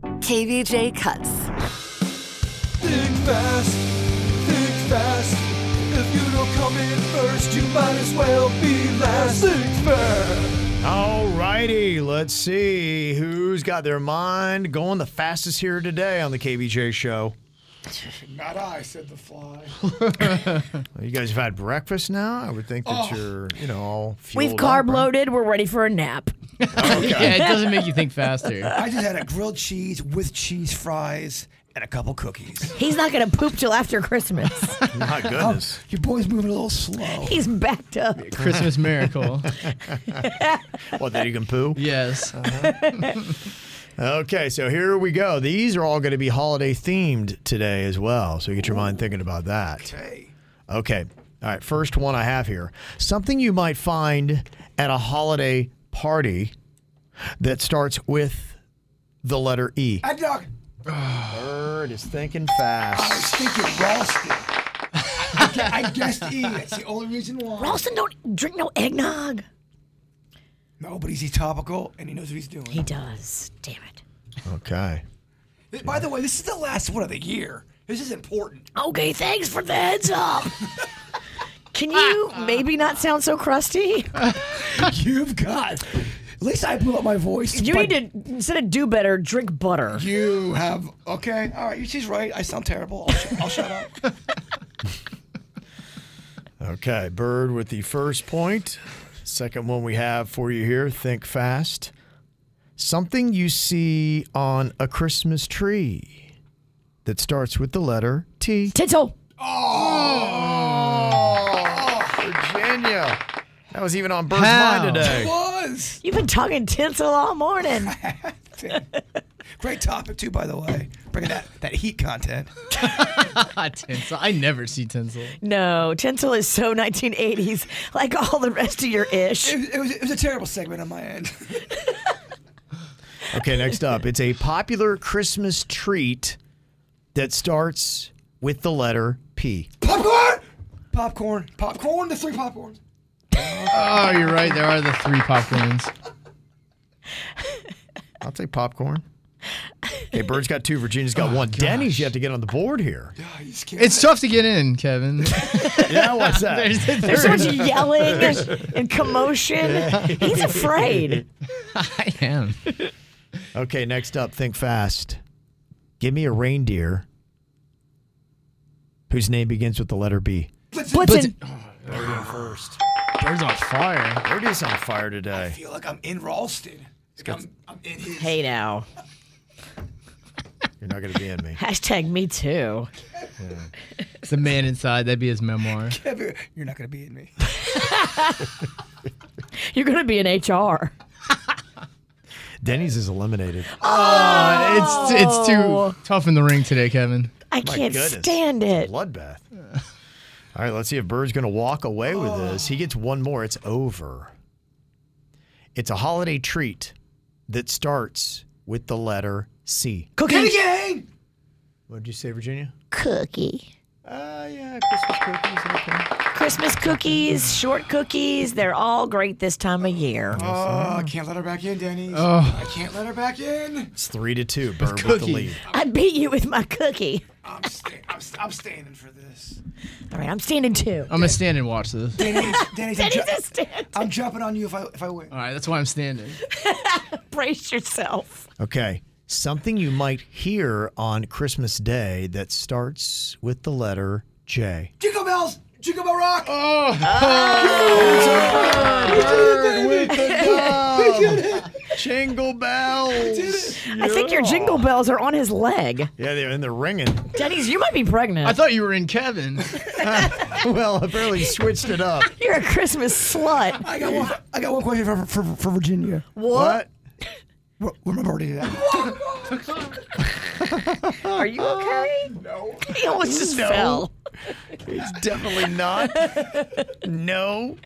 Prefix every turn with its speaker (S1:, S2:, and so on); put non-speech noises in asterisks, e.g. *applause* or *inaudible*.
S1: KVJ cuts.
S2: Think fast, think fast. If you don't come in first, you might as well be last. Think fast.
S3: All righty, let's see who's got their mind going the fastest here today on the KBJ show.
S2: Not I, said the fly.
S3: You guys have had breakfast now. I would think that you're, you know, all
S4: We've
S3: fueled up,
S4: carb
S3: right?
S4: loaded. We're ready for a nap.
S5: Yeah, it doesn't make you think *laughs* faster.
S2: I just had a grilled cheese with cheese fries and a couple cookies.
S4: He's not going to poop till after Christmas.
S3: *laughs* My goodness.
S2: Your boy's moving a little slow.
S4: He's backed up.
S5: Christmas *laughs* miracle.
S3: What, that you can poo?
S5: Yes.
S3: Okay, so here we go. These are all going to be holiday themed today as well. So get your mind thinking about that.
S2: Hey,
S3: Okay. All right. First one I have here something you might find at a holiday party that starts with the letter E.
S2: I dog.
S3: Bird is thinking
S2: I
S3: fast.
S2: was thinking Ralston. I, gu- I guessed E. That's the only reason why.
S4: Ralston don't drink no eggnog.
S2: No, but he's topical and he knows what he's doing.
S4: He does. Damn it.
S3: Okay.
S2: Th- By the way, this is the last one of the year. This is important.
S4: Okay, thanks for the heads up. Can you maybe not sound so crusty?
S2: You've got. At least I blew up my voice.
S4: You
S2: but-
S4: need to instead of do better, drink butter.
S2: You have okay. All right, she's right. I sound terrible. I'll, sh- I'll
S4: *laughs*
S2: shut up.
S3: Okay. Bird with the first point. Second one we have for you here think fast. Something you see on a Christmas tree that starts with the letter T.
S4: Tinsel.
S3: Oh, Virginia. That was even on Bird's
S5: How?
S3: mind today.
S2: Was
S4: You've been talking tinsel all morning.
S2: *laughs* great topic too, by the way. Bringing that that heat content.
S5: Ah, tinsel. I never see tinsel.
S4: No, tinsel is so 1980s, like all the rest of your ish.
S2: It, was- it was it was a terrible segment on my end.
S3: *laughs*
S2: *laughs*
S3: Okay, next up. It's a popular Christmas treat that starts with the letter P.
S2: popcorn, popcorn, popcorn. The three popcorns.
S5: Oh, you're right. There are the three popcorns.
S3: I'll take popcorn. Okay, Bird's got two. Virginia's got one. Denny's, you have to get on the board here.
S2: Oh, you just can't.
S5: It's tough to get in, Kevin.
S3: *laughs* Yeah, what's that?
S5: *laughs* There's,
S4: There's
S5: there's,
S4: so much yelling and commotion. He's afraid.
S5: *laughs* I am.
S3: Okay, next up. Think fast. Give me a reindeer whose name begins with the letter B.
S4: Blitzen.
S2: first.
S5: Bird's on fire.
S3: Bird is on fire
S2: I
S3: today.
S2: feel like I'm in Ralston. Like I'm, I'm in his.
S4: Hey now.
S3: You're not going to be in me.
S4: Hashtag me too.
S5: It's the man inside. That'd be his memoir.
S2: *laughs* You're not gonna be in me.
S4: You're going to be in HR.
S3: Denny's is eliminated.
S5: *laughs* It's it's too tough in the ring today, Kevin.
S4: I
S3: My
S4: can't
S3: goodness.
S4: stand it.
S3: Bloodbath. All right, let's see if Bird's going to walk away with this. He gets one more. It's over. It's a holiday treat that starts with the letter C.
S2: Kitty
S4: Cookie.
S2: gang.
S3: What did you say, Virginia?
S4: Cookie.
S3: Uh, yeah, Christmas cookies. Okay.
S4: Christmas cookies, short cookies, they're all great this time of year.
S2: Oh, I can't let her back in, Denny's.
S5: Oh.
S2: I can't let her back in.
S3: It's three to *laughs* two. Bird with the
S5: cookies.
S3: lead.
S4: I beat you with my cookie.
S2: I'm, sta- I'm, st- I'm standing for
S5: *laughs*
S2: this.
S4: All right, I'm standing too.
S5: I'm gonna stand and watch this.
S2: Denny's, Denny's, I'm,
S4: Daddy
S2: ju-
S4: just stand. *laughs*
S2: I'm jumping on you if I if I win.
S5: All right, that's why I'm standing.
S4: Brace yourself.
S3: Okay. Something you might hear on Christmas Day that starts with the letter J.
S2: Jingle bells, jingle bell rock.
S3: Bird with *laughs* the Jingle bells.
S4: I think your jingle bells are on his leg.
S3: Yeah, they're in the ringing. *laughs*
S4: Denny's, you might be pregnant.
S5: I thought you were in Kevin.
S3: Well, apparently he switched it up.
S4: You're a Christmas slut.
S2: I got one. I got one question for for, for Virginia.
S3: What?
S2: Where, where my birthday is at?
S4: Are you okay?
S2: Uh,
S3: No.
S4: He almost just fell.
S3: *laughs* He's definitely not. no.